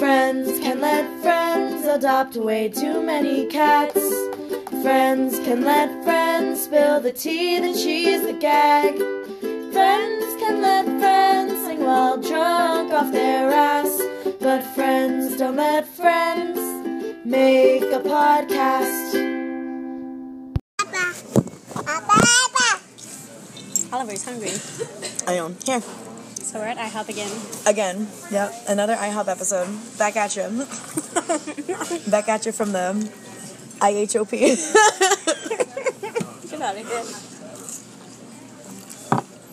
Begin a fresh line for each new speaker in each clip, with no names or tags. Friends can let friends adopt way too many cats. Friends can let friends spill the tea, the cheese, the gag. Friends can let friends sing while drunk off their ass. But friends don't let friends make a podcast.
Papa. Papa, Papa.
Oliver's hungry,
I own. Here.
so we're at IHOP again.
Again. Yep. Another IHOP episode. Back at you. Back at you from the IHOP.
Get out of here.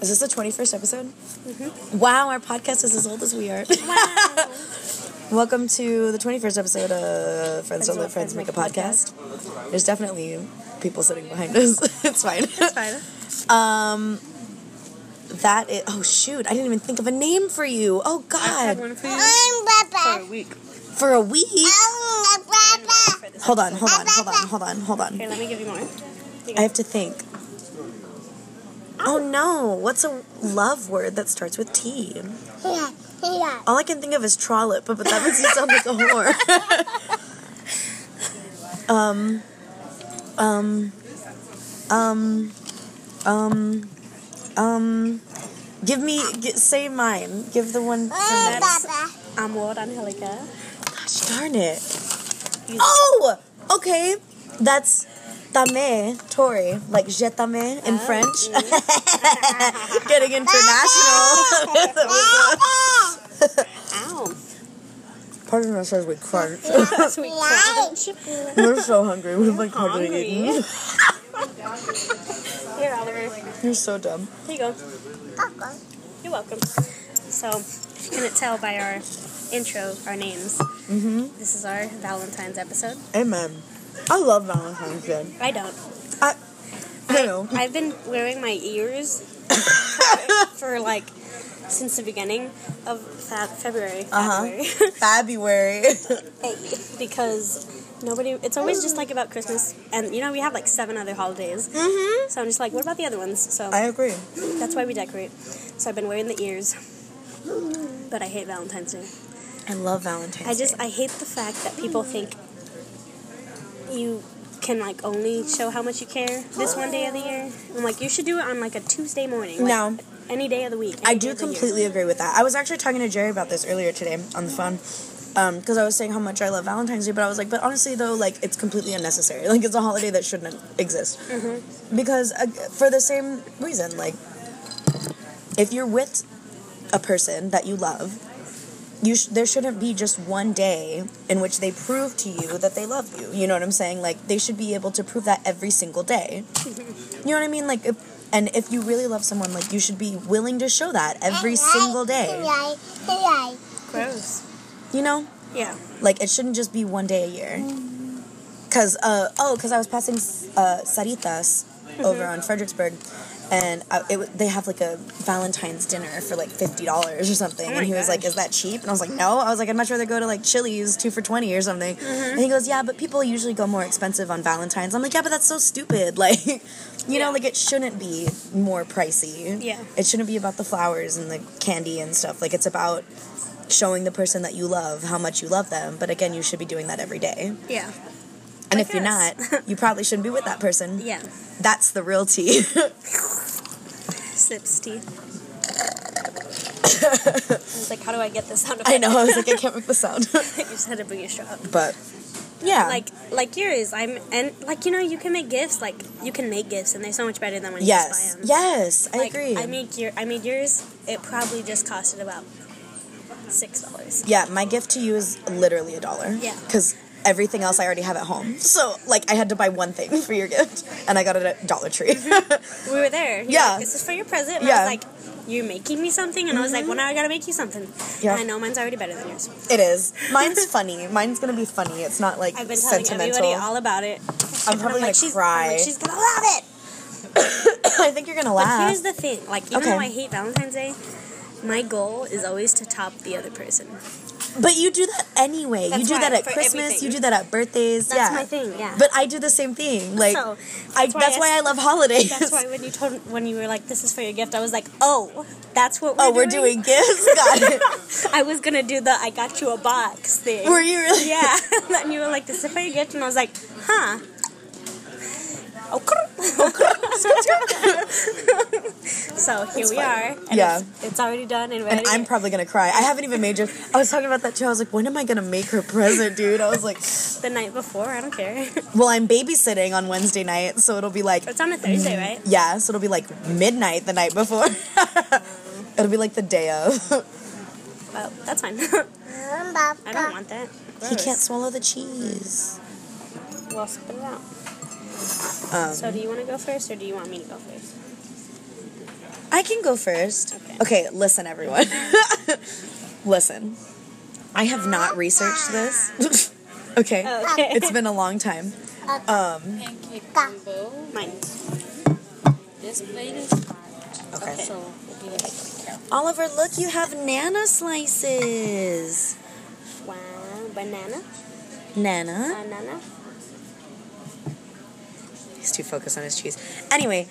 is this the 21st episode?
Mm-hmm.
Wow, our podcast is as old as we are. Welcome to the 21st episode of Friends Don't Let Friends Make a Podcast. There's definitely people sitting behind us. it's fine. Um,
Fine.
That is, oh shoot, I didn't even think of a name for you. Oh
Had
god.
one for you
I'm
for a
Papa.
week.
For a week.
I'm Papa.
Hold on, hold on, hold on, hold on, hold on.
Here, let me give you more.
I have to think. Oh no, what's a love word that starts with T?
Here, here.
All I can think of is trollop, but, but that makes you sound like a whore. um, um, um, um, um, give me, gi- say mine. Give the one.
I'm
that's-
Papa.
Amor Angelica.
Gosh darn it. Oh! Okay, that's tame, Tori. Like, je tame in
Oh,
French. Getting international.
Papa.
Ow.
Pardon us as we crunch.
Sweet
Lunch.
Here,
We're so hungry. We've like hardly
hungry.
eaten.
Oliver. Here
You're so dumb.
you go.
Papa.
You're welcome. So, you can it tell by our intro, our names? Mm-hmm. This is our Valentine's episode.
Amen. I love Valentine's Day.
I don't.
I, I know.
I've been wearing my ears for like since the beginning of Feb- February.
Uh-huh.
February.
February.
because nobody it's always just like about christmas and you know we have like seven other holidays
mm-hmm.
so i'm just like what about the other ones so
I agree.
that's why we decorate so i've been wearing the ears but i hate valentine's day
I love Valentine's
i just i hate the fact that people think you can like only show how much you care this one day of the year i'm like you should do it on like a tuesday morning like,
No.
any day of the week
I
any day
do
of the year.
completely agree with that. I was actually talking to Jerry about this earlier today on the phone. Um, because I was saying how much I love Valentine's Day, but I was like, but honestly though, like it's completely unnecessary. Like it's a holiday that shouldn't exist. Because uh, for the same reason, like if you're with a person that you love, you sh- there shouldn't be just one day in which they prove to you that they love you. You know what I'm saying? Like they should be able to prove that every single day. You know what I mean? Like, if, and if you really love someone, like you should be willing to show that every
Oh,
single day.
Here, here.
gross
You know,
yeah
like it shouldn't just be one day a year. Cause uh oh, cause I was passing uh, Saritas over on Fredericksburg, and I, it, w- they have like a Valentine's dinner for like fifty dollars or something.
Oh my
and he was like,
gosh.
"Is that cheap?" And I was like, "No." I was like, "I'd much rather go to like Chili's two for twenty or something." And he goes, "Yeah, but people usually go more expensive on Valentine's." I'm like, "Yeah, but that's so stupid. Like, you
Yeah.
know, like it shouldn't be more pricey.
Yeah.
it shouldn't be about the flowers and the candy and stuff. Like, it's about." showing the person that you love how much you love them. But again, you should be doing that every day.
yeah
And
I
if you're
guess.
not, you probably shouldn't be with that person.
yeah
That's the real tea.
sips tea i was like how do i get this out of
I know. I was like, I can't make the sound.
you just had to bring your straw up.
but yeah,
Like like yours, I'm and like you know you can make gifts. Like you can make gifts, and they're so much better than when you
yes,
just buy them.
yes, I
Like,
agree.
I made your I made yours. It probably just costed about six dollars.
yeah, my gift to you is literally a dollar.
Yeah.
because everything else I already have at home. So like, I had to buy one thing for your gift, and I got it at Dollar Tree.
We were there. You're
Yeah.
like, this is for your present. And
Yeah. Mm-hmm.
I was like, you're making me something, and I was like, well now I gotta make you something.
Yeah.
And I know mine's already better than yours.
it is. Mine's funny. Mine's gonna be funny. It's not like
I've been telling
sentimental.
everybody all about it.
I'm
And
probably
like,
gonna
she's,
cry.
I'm like, she's gonna love it.
I think you're gonna
But
laugh.
here's the thing, like even
Okay.
though I hate Valentine's Day, my goal is always to top the other person.
But you do that anyway. you
That's
do
why,
that at
for
Christmas.
everything.
You do that at birthdays.
That's
yeah.
my thing, yeah.
But I do the same thing. Like,
So,
I,
that's why
that's
I-
why I love holidays.
That's why when you told when you were like, "This is for your gift," I was like, "Oh, that's what we're
oh,
doing."
we're doing gifts. Got it.
I was gonna do the "I got you a box" thing.
Were you really?
yeah, and you were like, "This is for your gift," and I was like, "Huh." Okay. so here we are. And
Yeah.
It's, it's already done and ready.
And I'm probably gonna cry. I haven't even made your. I was talking about that too. I was like, when am I gonna make her present, dude? I was like,
the night before. I don't care.
well, I'm babysitting on Wednesday night, so it'll be like,
It's on a Thursday,
Mm-hmm.
right?
yeah, so it'll be like midnight the night before. it'll be like the day of.
Well, that's fine. I don't want that.
he can't swallow the cheese.
We'll spit it out.
Um,
So do you want to go first, or do you want me to go first?
I can go first. Okay,
Okay.
listen, everyone. listen. I have not researched this. okay.
Okay.
It's been a long time. Um,
Pancake
Ka.
Bowl.
Mine.
This plate is marked.
Okay.
So we'll do this.
Oliver, look, you have nana slices.
Wow, banana,
Nana.
banana.
He's too focused on his cheese. Anyway,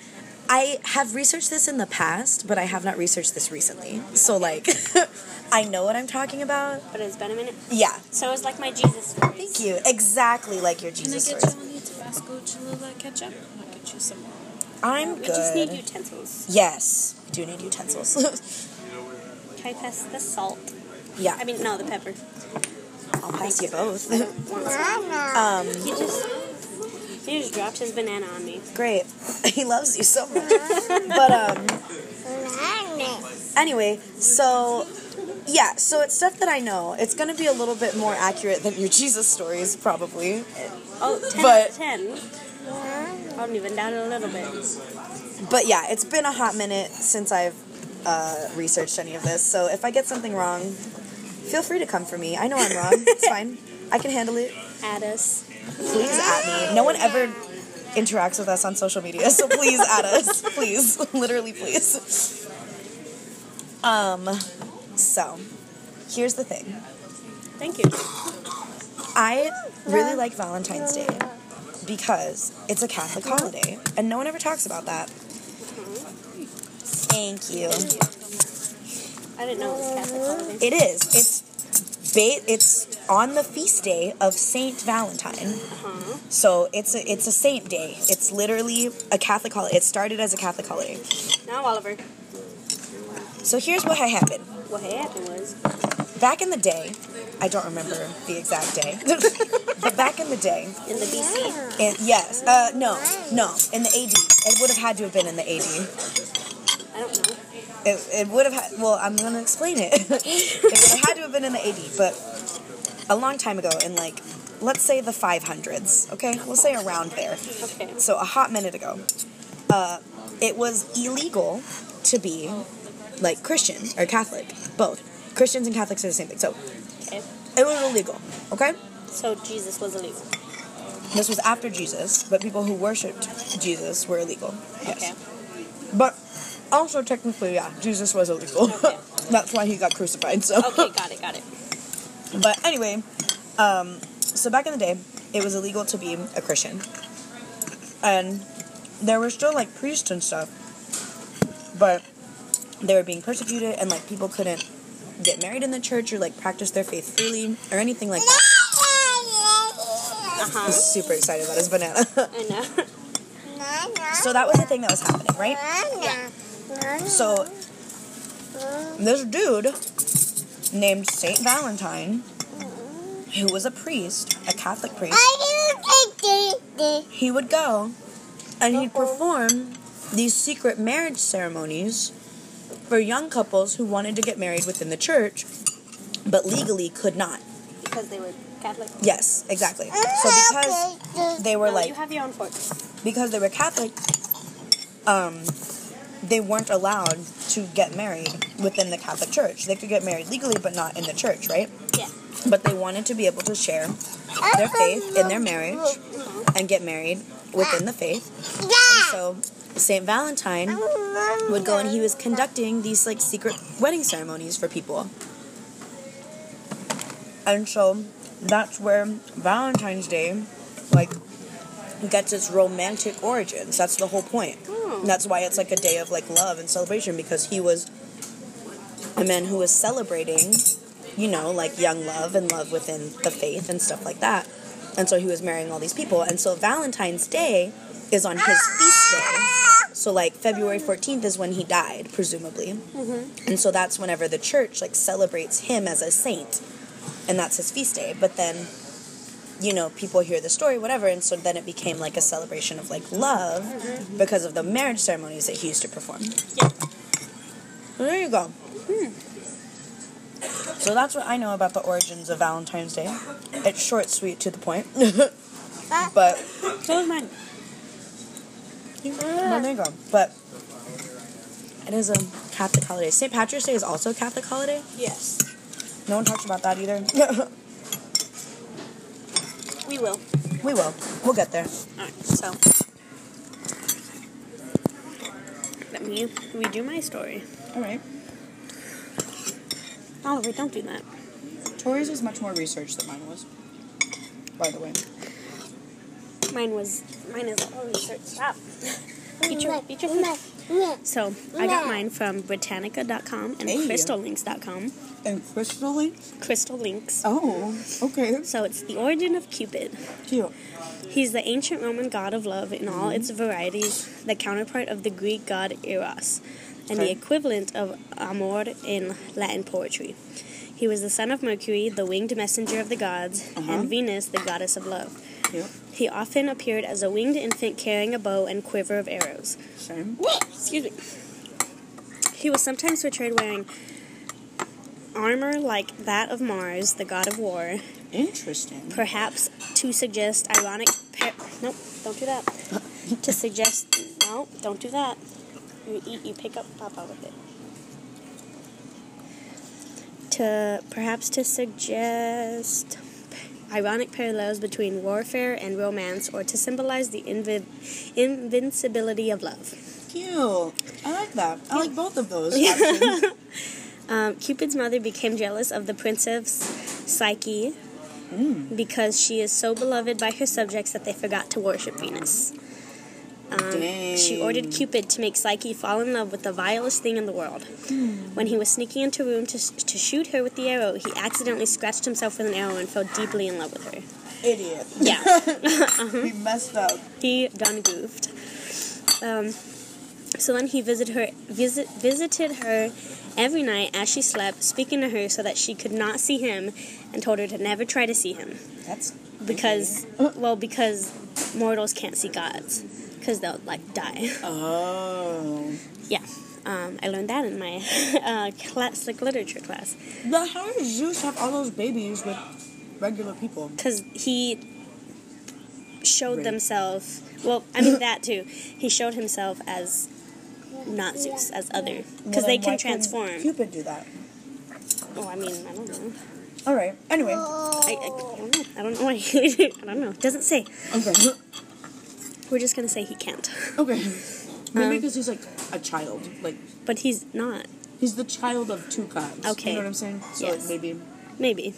I have researched this in the past, but I have not researched this recently. So, like, I know what I'm talking about.
But it's been a minute.
Yeah.
So it's like my Jesus.
Thank you. Exactly like your
Can I
Jesus
get
stories.
you any Tabasco Cholula ketchup? I'll get you some more.
I'm
We just need
good.
utensils.
Yes. We do need utensils.
Can I pass the salt?
yeah.
I mean, no, the pepper.
I'll pass you both.
I don't want salt.
Nana.
Um,
He just he just dropped his banana on me.
great. He loves you so much. but um,
Nana.
anyway, so yeah, so it's stuff that I know. It's gonna be a little bit more accurate than your Jesus stories, probably.
Oh, 10 out
But-
of ten. I don't even doubt it a little bit.
But yeah, it's been a hot minute since I've uh, researched any of this. So if I get something wrong, feel free to come for me. I know I'm wrong. it's fine. I can handle it.
Add us.
Please at me. No one ever interacts with us on social media, so please at us. Please, literally, please. Um, so here's the thing.
Thank you.
I really like Valentine's Day because it's a Catholic holiday and no one ever talks about that. Thank you.
I didn't know it was Catholic holiday.
It is. It's ba- it's on the feast day of Saint Valentine.
Huh?
So it's a it's a saint day. It's literally a Catholic holiday. It started as a Catholic holiday.
Now Oliver,
So here's what had happened.
what happened was
Back in the day, I don't remember the exact day. but back in the day,
in the BC.
in, yes, uh, no, no, in the AD. It would have had to have been in the AD.
I don't know.
It, it would have had, well, I'm going to explain it. it would have had to have been in the AD, but a long time ago, in like, let's say the 500s, okay? We'll say around there.
Okay.
So a hot minute ago, uh, it was illegal to be like Christian or Catholic, both. Christians and Catholics are the same thing. So
Okay.
it was illegal, okay?
So Jesus was illegal.
This was after Jesus, but people who worshipped Jesus were illegal. Yes.
Okay.
But also, technically, yeah, Jesus was illegal.
Okay.
That's why he got crucified, so.
Okay, got it, got it.
But anyway, um, so back in the day, it was illegal to be a Christian. And there were still like priests and stuff, but they were being persecuted and like people couldn't get married in the church or like practice their faith freely or anything like that.
Uh
I'm
huh.
super excited about his banana.
I know.
so that was the thing that was happening, right?
Nana.
So this dude named Saint Valentine, who was a priest, a Catholic priest,
Are you taking
he would go and he'd perform these secret marriage ceremonies for young couples who wanted to get married within the church but legally could not.
because they were Catholic.
Yes, exactly. So because they were
No,
like
you have your own fork.
because they were Catholic um they weren't allowed to get married within the Catholic Church. They could get married legally but not in the church, right?
Yeah.
But they wanted to be able to share their faith in their marriage and get married within the faith. So St. Valentine would go and he was conducting these like secret wedding ceremonies for people. And so that's where Valentine's Day, like, gets its romantic origins. That's the whole point.
Oh.
That's why it's like a day of like love and celebration because he was a man who was celebrating, you know, like young love and love within the faith and stuff like that. And so he was marrying all these people. And so Valentine's Day is on his feast day. So like February 14th is when he died, presumably. And so that's whenever the church like celebrates him as a saint. And that's his feast day. But then you know, people hear the story, whatever, and so then it became like a celebration of like love because of the marriage ceremonies that he used to perform.
Yeah.
There you go. So that's what I know about the origins of Valentine's Day. It's short, sweet, to the point. but
So is mine.
well, there you go. But it is a Catholic holiday. St. Patrick's Day is also a Catholic holiday.
Yes.
No one talks about that either.
We will.
we will. We'll get there.
Alright, so. Let me redo my story.
All right.
Oliver, Oh, don't do that.
Tori's was much more research than mine was. By the way.
Mine was. Mine is all research. Stop. Eat your, eat your food.
Mama, mama.
So, I got
No.
mine from Britannica.com and
Hey.
CrystalLinks.com.
And crystalline?
Crystal Links.
Oh, okay.
So, it's the origin of Cupid.
Cute.
He's the ancient Roman god of love in all its varieties, the counterpart of the Greek god Eros, and the
Okay.
equivalent of Amor in Latin poetry. He was the son of Mercury, the winged messenger of the gods,
Uh-huh.
and Venus, the goddess of love.
Cute.
He often appeared as a winged infant carrying a bow and quiver of arrows.
Same.
Excuse me. He was sometimes portrayed wearing armor like that of Mars, the god of war,
Interesting.
perhaps to suggest ironic. Par- nope, don't do that. to suggest no, don't do that. You eat, you pick up Papa with it. To perhaps to suggest ironic parallels between warfare and romance, or to symbolize the invi- invincibility of love.
Cute. I like that. I like both of those.
Um, Cupid's mother became jealous of the princess Psyche because she is so beloved by her subjects that they forgot to worship Venus. Um, she ordered Cupid to make Psyche fall in love with the vilest thing in the world. When he was sneaking into a room to, s- to shoot her with the arrow, he accidentally scratched himself with an arrow and fell deeply in love with her.
Idiot.
Yeah.
We messed up.
he done goofed. Um, so then he visited her, visit, visited her every night as she slept, speaking to her so that she could not see him, and told her to never try to see him
That's
because, well, because mortals can't see gods because they'll like die.
Oh.
Yeah, um, I learned that in my uh, classic literature class
But how does Zeus have all those babies with regular people?
because he showed
Right.
themselves. Well, I mean that too. He showed himself as not Zeus, as other because they
Well,
can
then why couldn't
transform.
Cupid do that.
Oh, I mean, I don't know.
All right. Anyway.
I, I, I don't know. I don't know why. he- I don't know. It doesn't say.
Okay.
We're just gonna say he can't.
Okay. Maybe
Um,
because he's like a child. Like
But he's not.
he's the child of two gods.
Okay.
You know what I'm saying? So
Yes.
like maybe
Maybe.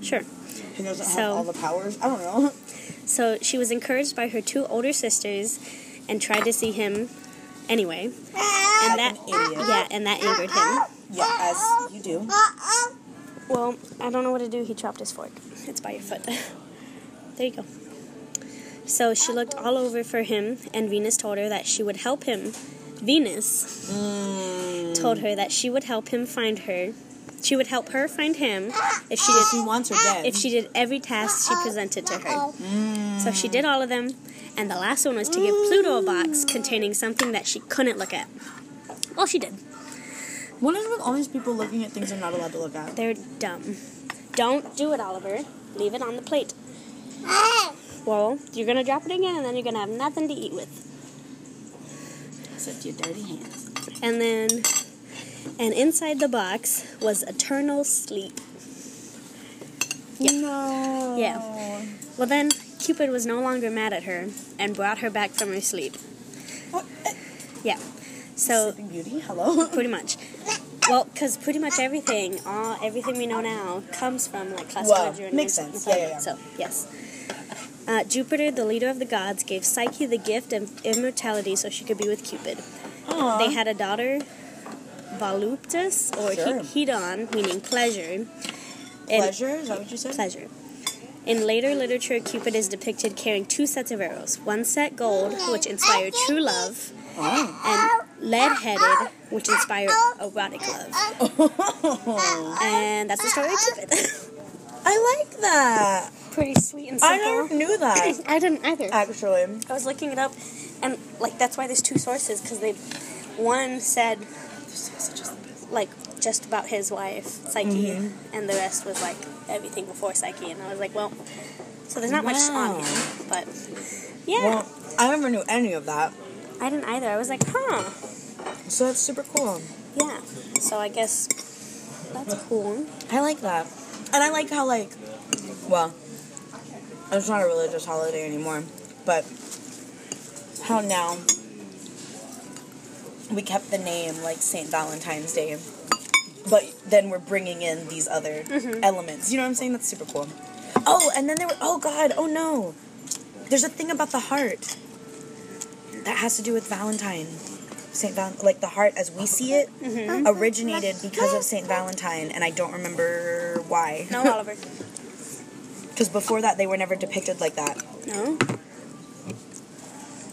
Sure.
he doesn't have
So-
all the powers. I don't know.
So she was encouraged by her two older sisters, and tried to see him anyway. And
Like
that
an idiot.
yeah, and that angered him.
Yeah, as you do.
Uh-oh.
Well, I don't know what to do. He chopped his fork. It's by your foot. there you go. So she looked all over for him, and Venus told her that she would help him. Venus told her that she would help him find her. She would help her find him if she did
She wants her dead.
if she did every task she presented to
Oh,
her. So she did all of them, and the last one was to give Pluto a box containing something that she couldn't look at. Well, she did.
What is with all these people looking at things they're not allowed to look at?
They're dumb. Don't do it, Oliver. Leave it on the plate.
Ah.
Well, you're gonna drop it again, and then you're gonna have nothing to eat with.
Except your dirty hands.
And then, and inside the box was eternal sleep.
No. Oh.
Yeah. Well, then Cupid was no longer mad at her and brought her back from her sleep.
What?
Yeah. So
Sleeping Beauty. Hello.
pretty much. Well, because pretty much everything, all everything we know now, comes from like
Wow,
classical Jupiter.
makes sense. Yeah, yeah, yeah.
So yes. Uh, Jupiter, the leader of the gods, gave Psyche the gift of immortality so she could be with Cupid. They had a daughter, Voluptas, or
Sure.
he- Hedon, meaning pleasure. And-
Pleasure? Is that what you said?
pleasure. In later literature, Cupid is depicted carrying two sets of arrows one set gold, which inspired true love,
Oh.
and lead headed, which inspired erotic love. And that's the story of Cupid.
I like that.
Pretty sweet and
I
simple.
never knew that,
I didn't either.
actually.
I was looking it up, and like that's why there's two sources because they, one said, like just about his wife Psyche,
Mm-hmm.
and the rest was like everything before Psyche, and I was like, well, so there's not much
Wow.
on him, but yeah,
Well, I never knew any of that.
I didn't either. I was like, huh,
So that's super cool.
yeah. So I guess that's cool.
I like that. And I like how, like, well, it's not a religious holiday anymore, but how now we kept the name, like, St. Valentine's Day, but then we're bringing in these other elements. You know what I'm saying? That's super cool. Oh, and then there were, oh God, oh no. There's a thing about the heart that has to do with Valentine. Saint Val- like the heart as we see it originated because of Saint Valentine, and I don't remember why.
No, Oliver.
Because before that, they were never depicted like that.
No,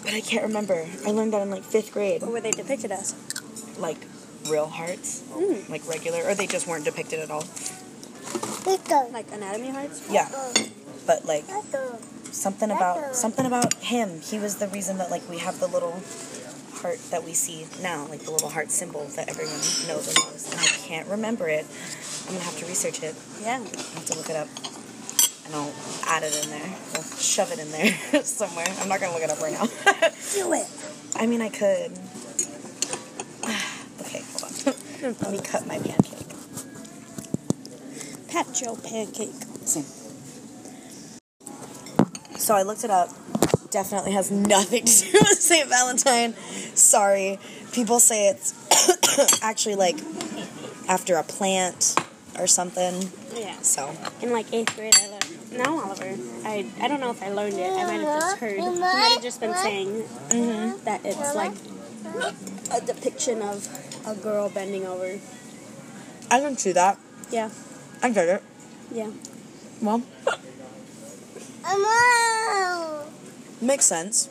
But I can't remember. I learned that in like fifth grade.
what were they depicted as?
Like real hearts, like regular, or they just weren't depicted at all.
Like anatomy hearts?
Yeah, but like something about something about him. He was the reason that like we have the little heart that we see now, like the little heart symbol that everyone knows and loves. And I can't remember it. I'm gonna have to research it.
Yeah.
I have to look it up. And I'll add it in there. I'll shove it in there somewhere. I'm not gonna look it up right now.
Do it.
I mean, I could. okay, hold on. Let me cut my pancake.
Pat your pancake.
Same.
So I looked it up. Definitely has nothing to do with St. Valentine. Sorry. People say it's actually like after a plant or something.
Yeah.
So,
in like eighth grade I learned. No, Oliver. I, I don't know if I learned it. I might have just heard. I might have just been saying that it's like a depiction of a girl bending over.
I can see that.
Yeah.
I get it.
Yeah.
Well, makes sense.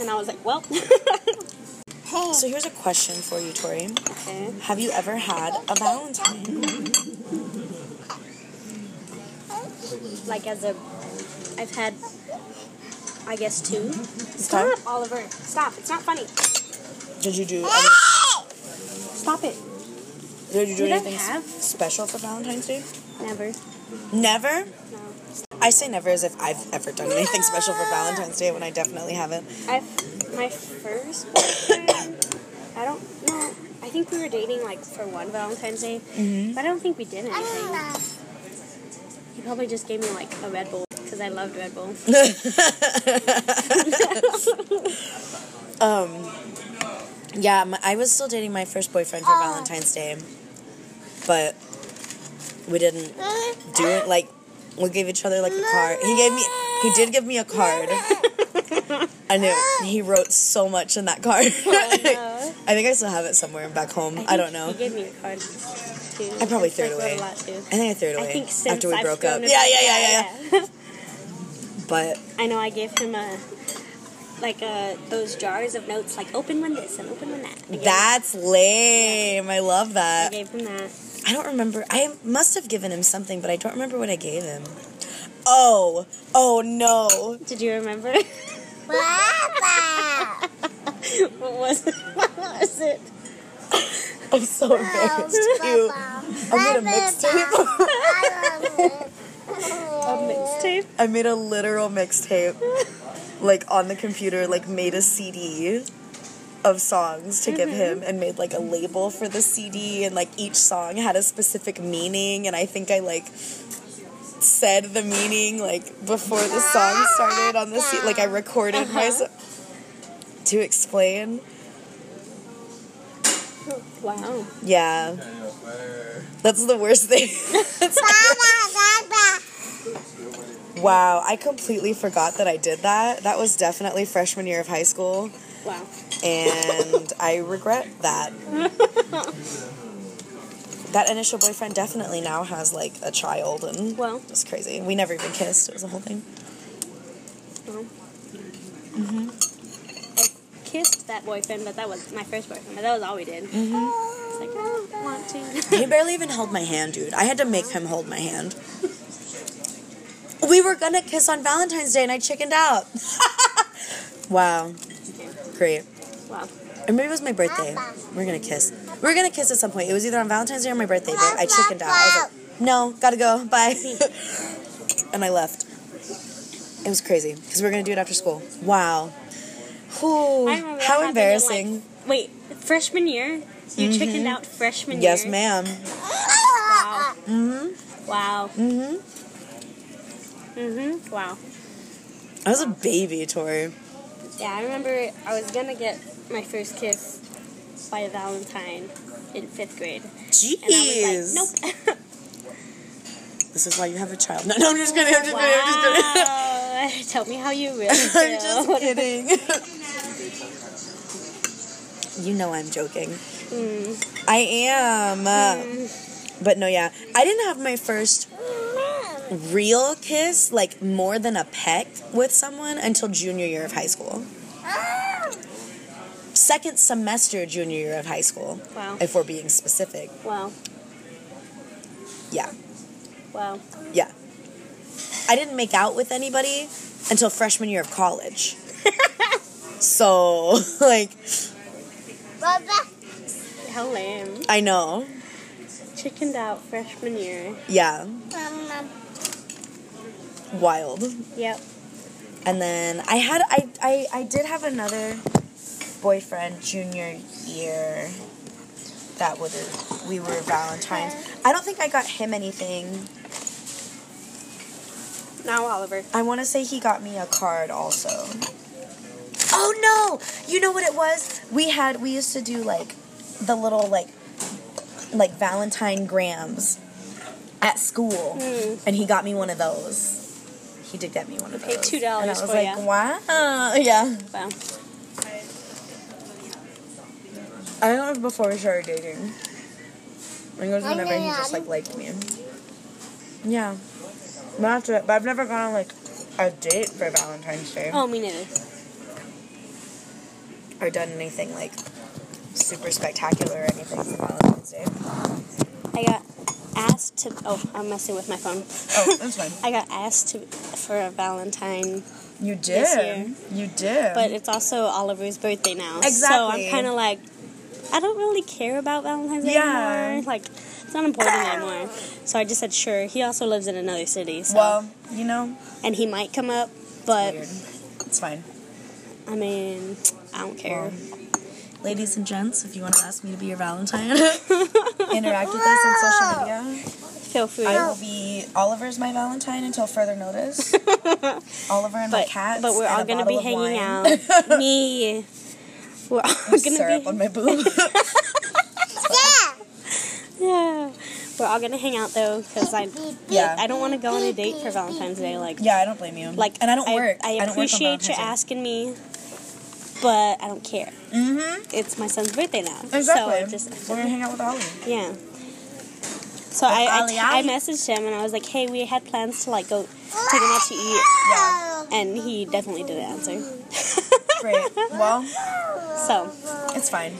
And I was like, well.
So here's a question for you, Tori.
okay.
Have you ever had a Valentine?
Like as a, I've had, I guess two.
Stop.
Stop, Oliver. Stop. It's not funny.
Did you do any,
Stop it.
did you do
Did I
anything s-
have?
special for Valentine's Day?
Never.
Never?
No.
I say never as if I've ever done anything special for Valentine's Day when I definitely haven't.
I've my first. boyfriend, I don't know. I think we were dating like for one Valentine's Day,
Mm-hmm.
but I don't think we did anything. He probably just gave me like a Red Bull because I loved Red Bull.
Yeah, my, I was still dating my first boyfriend for Valentine's Day, but we didn't do it. Like, we gave each other like a card. He gave me, he did give me a card. I knew he wrote so much in that card. I think I still have it somewhere back home. I, don't know.
uh, He gave me a card too.
I probably
It's,
threw it
like,
away.
wrote A lot too.
I think I threw it away
I think since
after we
I've
broke up.
grown
Yeah,
it-
yeah, yeah, yeah, yeah.
yeah.
But
I know. I gave him a like uh those jars of notes, like open one this and open one that. I gave-
that's lame. I love
I
that.
gave him that.
I don't remember. I must have given him something, but I don't remember what I gave him. Oh, oh no.
Did you remember?
Papa.
what was it? What was it?
I'm so embarrassed. Ew. I made a mixtape.
A mixtape.
I made a literal mixtape, like on the computer, like made a CD of songs to give him and made like a label for the CD and like each song had a specific meaning and I think I like said the meaning like before the song started on the CD like I Uh-huh. recorded myself to explain
Wow.
Yeah. That's the worst thing. wow, I completely forgot that I did that. That was definitely freshman year of high school,
Wow.
and I regret that. that initial boyfriend definitely now has like a child, and
Well.
it's crazy. We never even kissed. It was a whole thing.
Well. I kissed that boyfriend, but that was my first boyfriend. But that was all we did.
Mm-hmm.
It's like, I don't want to.
He barely even held my hand, dude. I had to make him hold my hand. We were gonna kiss on Valentine's Day and I chickened out. wow. Great.
wow.
Or maybe it was my birthday. We are gonna kiss. We were gonna kiss at some point. It was either on Valentine's Day or my birthday, but I chickened out. I was like, no, gotta go. Bye. and I left. It was crazy because we were gonna do it after school. Wow.
I
Whew,
remember that happened
how
in,
embarrassing.
like- wait, freshman year? You chickened out freshman
Mm-hmm. Yes,
year?
ma'am.
Wow. Mm-hmm. Wow.
hmm
Mm-hmm. Wow.
I was a baby, Tori.
Yeah, I remember I was gonna get my first kiss by Valentine in fifth grade.
Jeez.
And I was like, nope.
This is why you have a child. No, no, I'm just kidding. I'm just kidding. I'm just
wow. Tell me how you really feel.
kidding. I'm just kidding. you know I'm joking.
Mm,
I am. uh, But no, yeah. I didn't have my first real kiss, like more than a peck with someone until junior year of high school. Second semester junior year of high school,
Wow.
if we're being specific.
Wow.
Yeah.
Wow.
Yeah. I didn't make out with anybody until freshman year of college. so, like,
How lame.
I know.
Chickened out freshman year.
Yeah. Wild.
Yep.
And then I had I I, I did have another boyfriend junior year that would we were Valentine's. I don't think I got him anything.
Now Oliver.
I want to say he got me a card also. Oh no! You know what it was? We had we used to do like the little like like Valentine grams at school, and he got me one of those. He did get me one of
Hmm. paid
those.
$2
and I was
for
like,
ya.
wow, yeah.
Wow.
I don't know if before we started dating. I think it was
I
whenever he
know,
just
yeah.
like liked me. Yeah, but after but I've never gone on like a date for Valentine's Day.
Oh, me neither.
or done anything like super spectacular or anything for Valentine's Day.
I got asked to. Oh, I'm messing with my phone.
Oh, that's fine.
I got asked to for a Valentine,
You
This year.
did. You did.
but it's also Oliver's birthday now. So
Exactly.
I'm kind of like, I don't really care about Valentine's Day
Yeah.
anymore. Like, it's not important anymore. So I just said sure. He also lives in another city, so
well, you know,
and he might come up, but
weird. It's fine.
I mean, I don't care.
Ladies and gents, if you want to ask me to be your Valentine, interact with us on social media.
Feel free.
I will be Oliver's my Valentine until further notice. Oliver and my
but
cats.
but we're
and
all
a
gonna be
bottle of
hanging
wine.
out. Me. We're all gonna
Syrup
be
on my boob.
yeah. We're all gonna hang out though, cause I
yeah.
I don't want to go on a date for Valentine's Day. Like
yeah, I don't blame you.
like
and I don't work.
I,
don't work on
appreciate you
Valentine's
asking me, but I don't care.
Day. Mhm.
It's my son's birthday now, so
Exactly.
I just
we're gonna hang out with Ollie.
yeah. So I I,
Ollie,
t- I
Ollie.
messaged him and I was like, hey, we had plans to like go take him out to eat, and he definitely didn't answer.
Great. Well,
so
it's fine.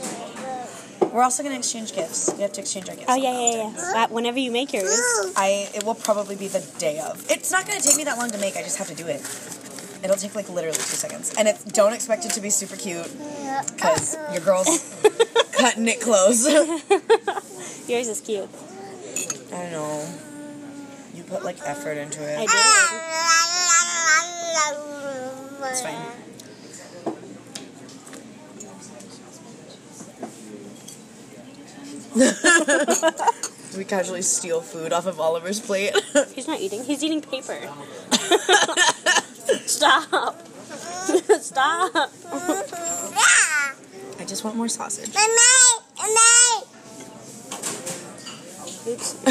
We're also gonna exchange gifts. We have to exchange our gifts.
oh yeah yeah yeah. But Whenever you make yours,
I it will probably be the day of. It's not gonna take me that long to make. I just have to do it. It'll take like literally two seconds, and it, don't expect it to be super cute because your girl's cutting it close. I
yours is cute.
don't know. You put like effort into
I
it.
do.
It's fine. we casually steal food off of Oliver's plate.
He's not eating. He's eating paper. Stop. Stop.
I just want more sausage.
Oops.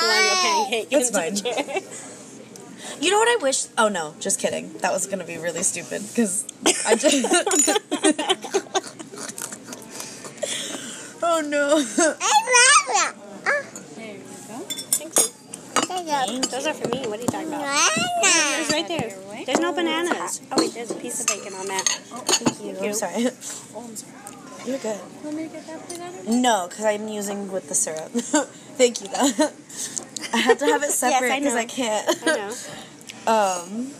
Flying a pancake
That's
into
fine.
the chair.
You know what I wish? Oh no, just kidding. That was gonna be really stupid because I just. oh no.
There you go.
Thank you. Those are for me. What are you talking about? It's right there.
Right.
There's no bananas. Oh wait, there's a piece of bacon on that.
Oh, thank you.
I'm sorry.
Oh, I'm sorry.
You're good.
Want me to get that plate out of
No, because I'm using with the syrup. Thank you though. I have to have it separate
I
because
know.
I can't.
I know.
Um.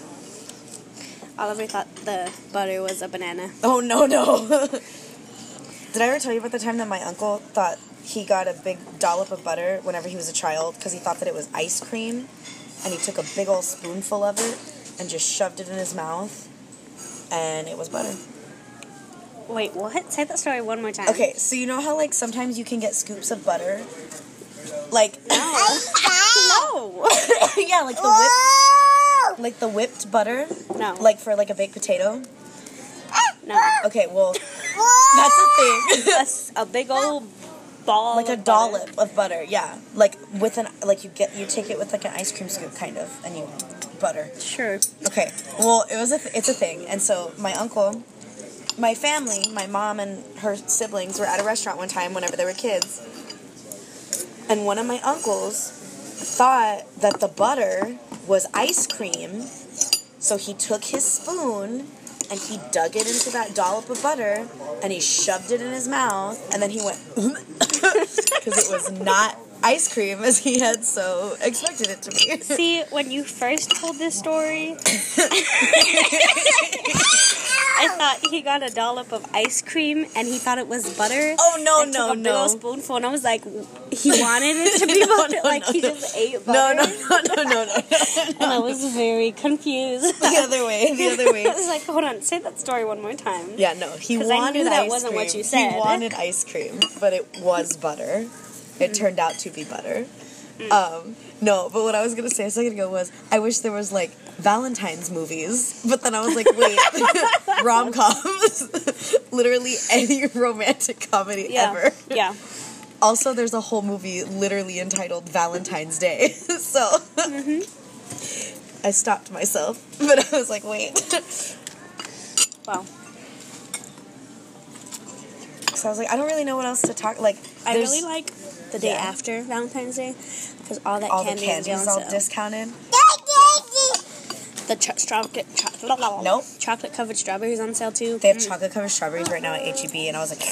Oliver thought the butter was a banana.
Oh no no. Did I ever tell you about the time that my uncle thought he got a big dollop of butter whenever he was a child because he thought that it was ice cream, and he took a big old spoonful of it and just shoved it in his mouth, and it was butter.
Wait, what? Say that story one more time.
Okay, so you know how like sometimes you can get scoops of butter, like
No.
yeah, like the whipped, like the whipped butter,
No.
like for like a baked potato.
no.
Okay, well that's a thing.
That's a big old ball.
like a
of butter.
dollop of butter yeah like with an like you get you take it with like an ice cream scoop kind of and you butter
Sure.
okay well it was a th- it's a thing and so my uncle my family my mom and her siblings were at a restaurant one time whenever they were kids and one of my uncles thought that the butter was ice cream so he took his spoon and he dug it into that dollop of butter and he shoved it in his mouth and then he went because it was not ice cream as he had so expected it to be.
See, when you first told this story, I thought he got a dollop of ice cream and he thought it was butter.
Oh no
and took
no
a Big
no.
old spoonful, and I was like, he wanted it to be
No,
butter,
no,
like
no,
he
no.
just ate
No
butter.
no no no no no.
And I was very confused.
The other way, the other way.
I was like, hold on, say that story one more time.
Yeah, no. He
'Cause
wanted
I knew that
ice
wasn't
cream.
what you said.
He wanted ice cream, but it was butter.
Mm.
It turned out to be butter. Um, no, but what I was gonna say a second ago was I wish there was like Valentine's movies, but then I was like, wait, rom coms, literally any romantic comedy
Yeah.
ever.
Yeah.
Also, there's a whole movie literally entitled Valentine's Day. so
Mm-hmm.
I stopped myself, but I was like, wait.
Wow.
So I was like, I don't really know what else to talk. Like,
I
there's
really like the day
Yeah.
after Valentine's Day because all that
all
candy,
the
is
candies
on
all
sale.
discounted.
the ch- chocolate, cho-
Nope.
chocolate covered strawberries on sale too. Mm,
They have chocolate covered strawberries right now at HEB, and I was like,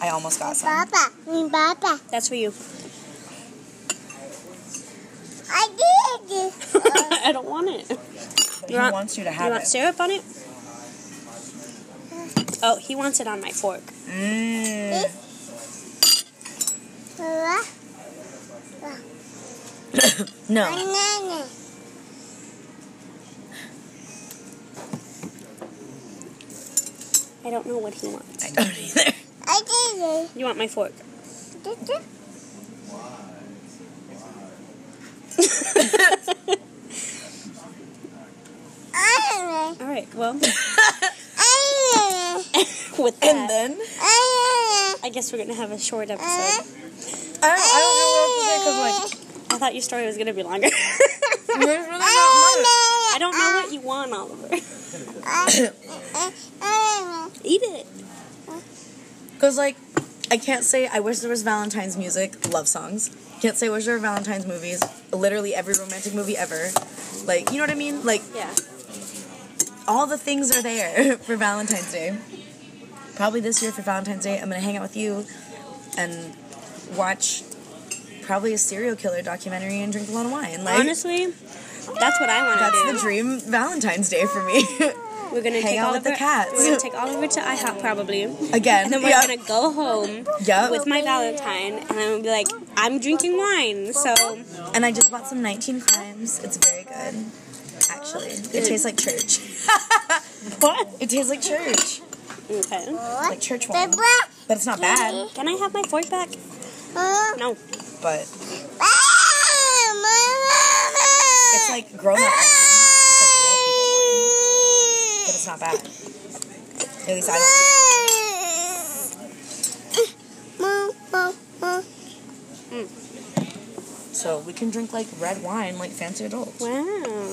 I almost got some.
Papa,
That's for you.
I did this.
I don't want it.
But
You
he
want-
wants you to
you
have
want
it.
syrup on it? Oh, he wants it on my fork.
Mm. No.
Banana.
I don't know what he wants.
I don't either.
I did
You want my fork?
this. I
All right. Well,
I
with
And
that,
then
I
I guess we're gonna have a short episode.
I don't, I don't know what else to say
I thought your story was gonna be longer.
because like there's really not much.
I don't know what you want, Oliver. Eat it.
Because like I can't say I wish there was Valentine's music, love songs. Can't say I wish there were Valentine's movies. Literally every romantic movie ever. Like you know what I mean? Like
Yeah.
all the things are there for Valentine's Day. Probably this year for Valentine's Day, I'm gonna hang out with you and watch probably a serial killer documentary and drink a lot of wine. Like
Honestly, that's what I want to do.
that's the dream Valentine's Day for me.
We're gonna
Hang
take
out
Oliver,
with the cats.
We're gonna take Oliver to IHOP probably, and
Again,
then we're
yeah.
gonna go home
Yep.
with my Valentine, and I'm gonna be like, I'm drinking wine, so
and I just bought some 19 crimes. It's very good. Actually, it tastes like church.
what?
It tastes like church.
Okay.
Like church wine. But it's not bad.
Can I have my fork back? No.
But it's like grown up wine. It's like real people wine. But it's not bad. At least I don't. so we can drink like red wine like fancy adults.
Wow.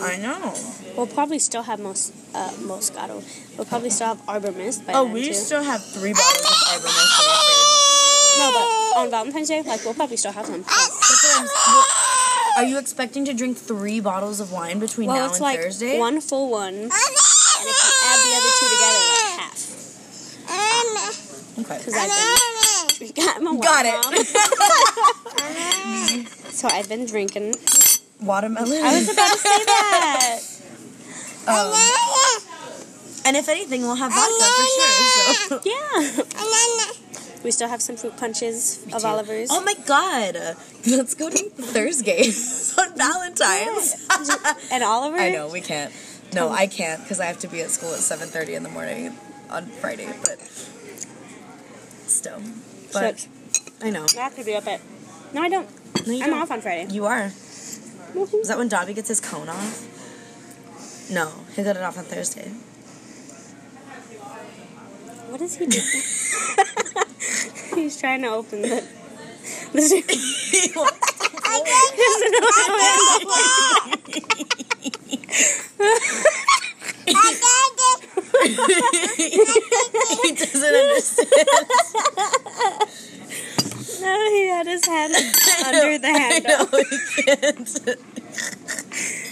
I know.
We'll probably still have most uh, Moscato. We'll probably still have Arbor Mist by
Oh,
then,
we
too.
still have three bottles of Arbor Mist in our fridge.
no, but um, on Valentine's Day, like we'll probably still have some.
That's what I'm s- Are you expecting to drink three bottles of wine between now
Well, it's
and
like
Thursday?
one full one, and if you add the other two together, like half.
Okay.
Because I've been, I'm a
Got
wild
it.
mom, so I've been drinking.
Watermelon.
I was about to say that.
Um, and if anything, we'll have vodka for sure. So.
Yeah. We still have some fruit punches of Oliver's.
Oh my god. Let's go to Thursdays on Valentine's.
and Oliver.
I know we can't. No, I can't because I have to be at school at 7:30 in the morning on Friday, but still. But
Shucks.
I know.
I have to be up at. No, I don't.
No, you
I'm
don't.
off on Friday.
You are.
Woohoo.
Is that when Dobby gets his cone off? No, he got it off on Thursday.
What is he doing? He's trying to open the. the Zoom.
he doesn't understand.
no, he had his hand under the handle.
No, he can't.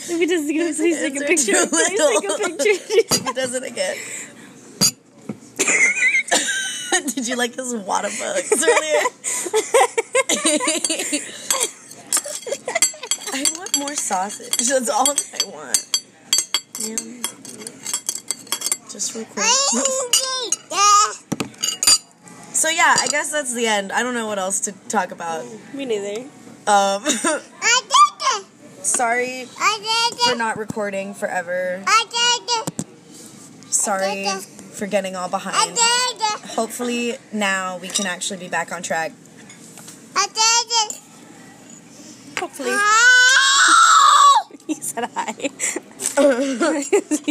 If he doesn't give us, he's taking a
hands
picture.
are too
Please take a
little.
picture.
He does it again. Did you like his water bugs earlier? I want more sausage. That's all I want. Yum. Just real quick. So yeah, I guess that's the end. I don't know what else to talk about.
Me neither.
Um, sorry for not recording forever. Sorry for getting all behind. Hopefully now we can actually be back on track.
Hopefully, he said hi. he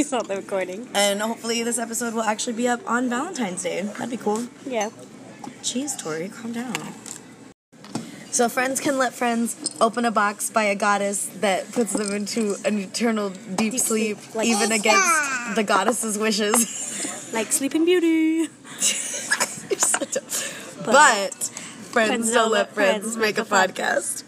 saw the recording.
And hopefully this episode will actually be up on Valentine's Day. That'd be cool.
Yeah.
Jeez, Tori, calm down. So friends can let friends open a box by a goddess that puts them into an eternal deep, sleep,
sleep, like-
even against the goddess's wishes.
Like Sleeping Beauty.
but, friends don't let friends make a podcast.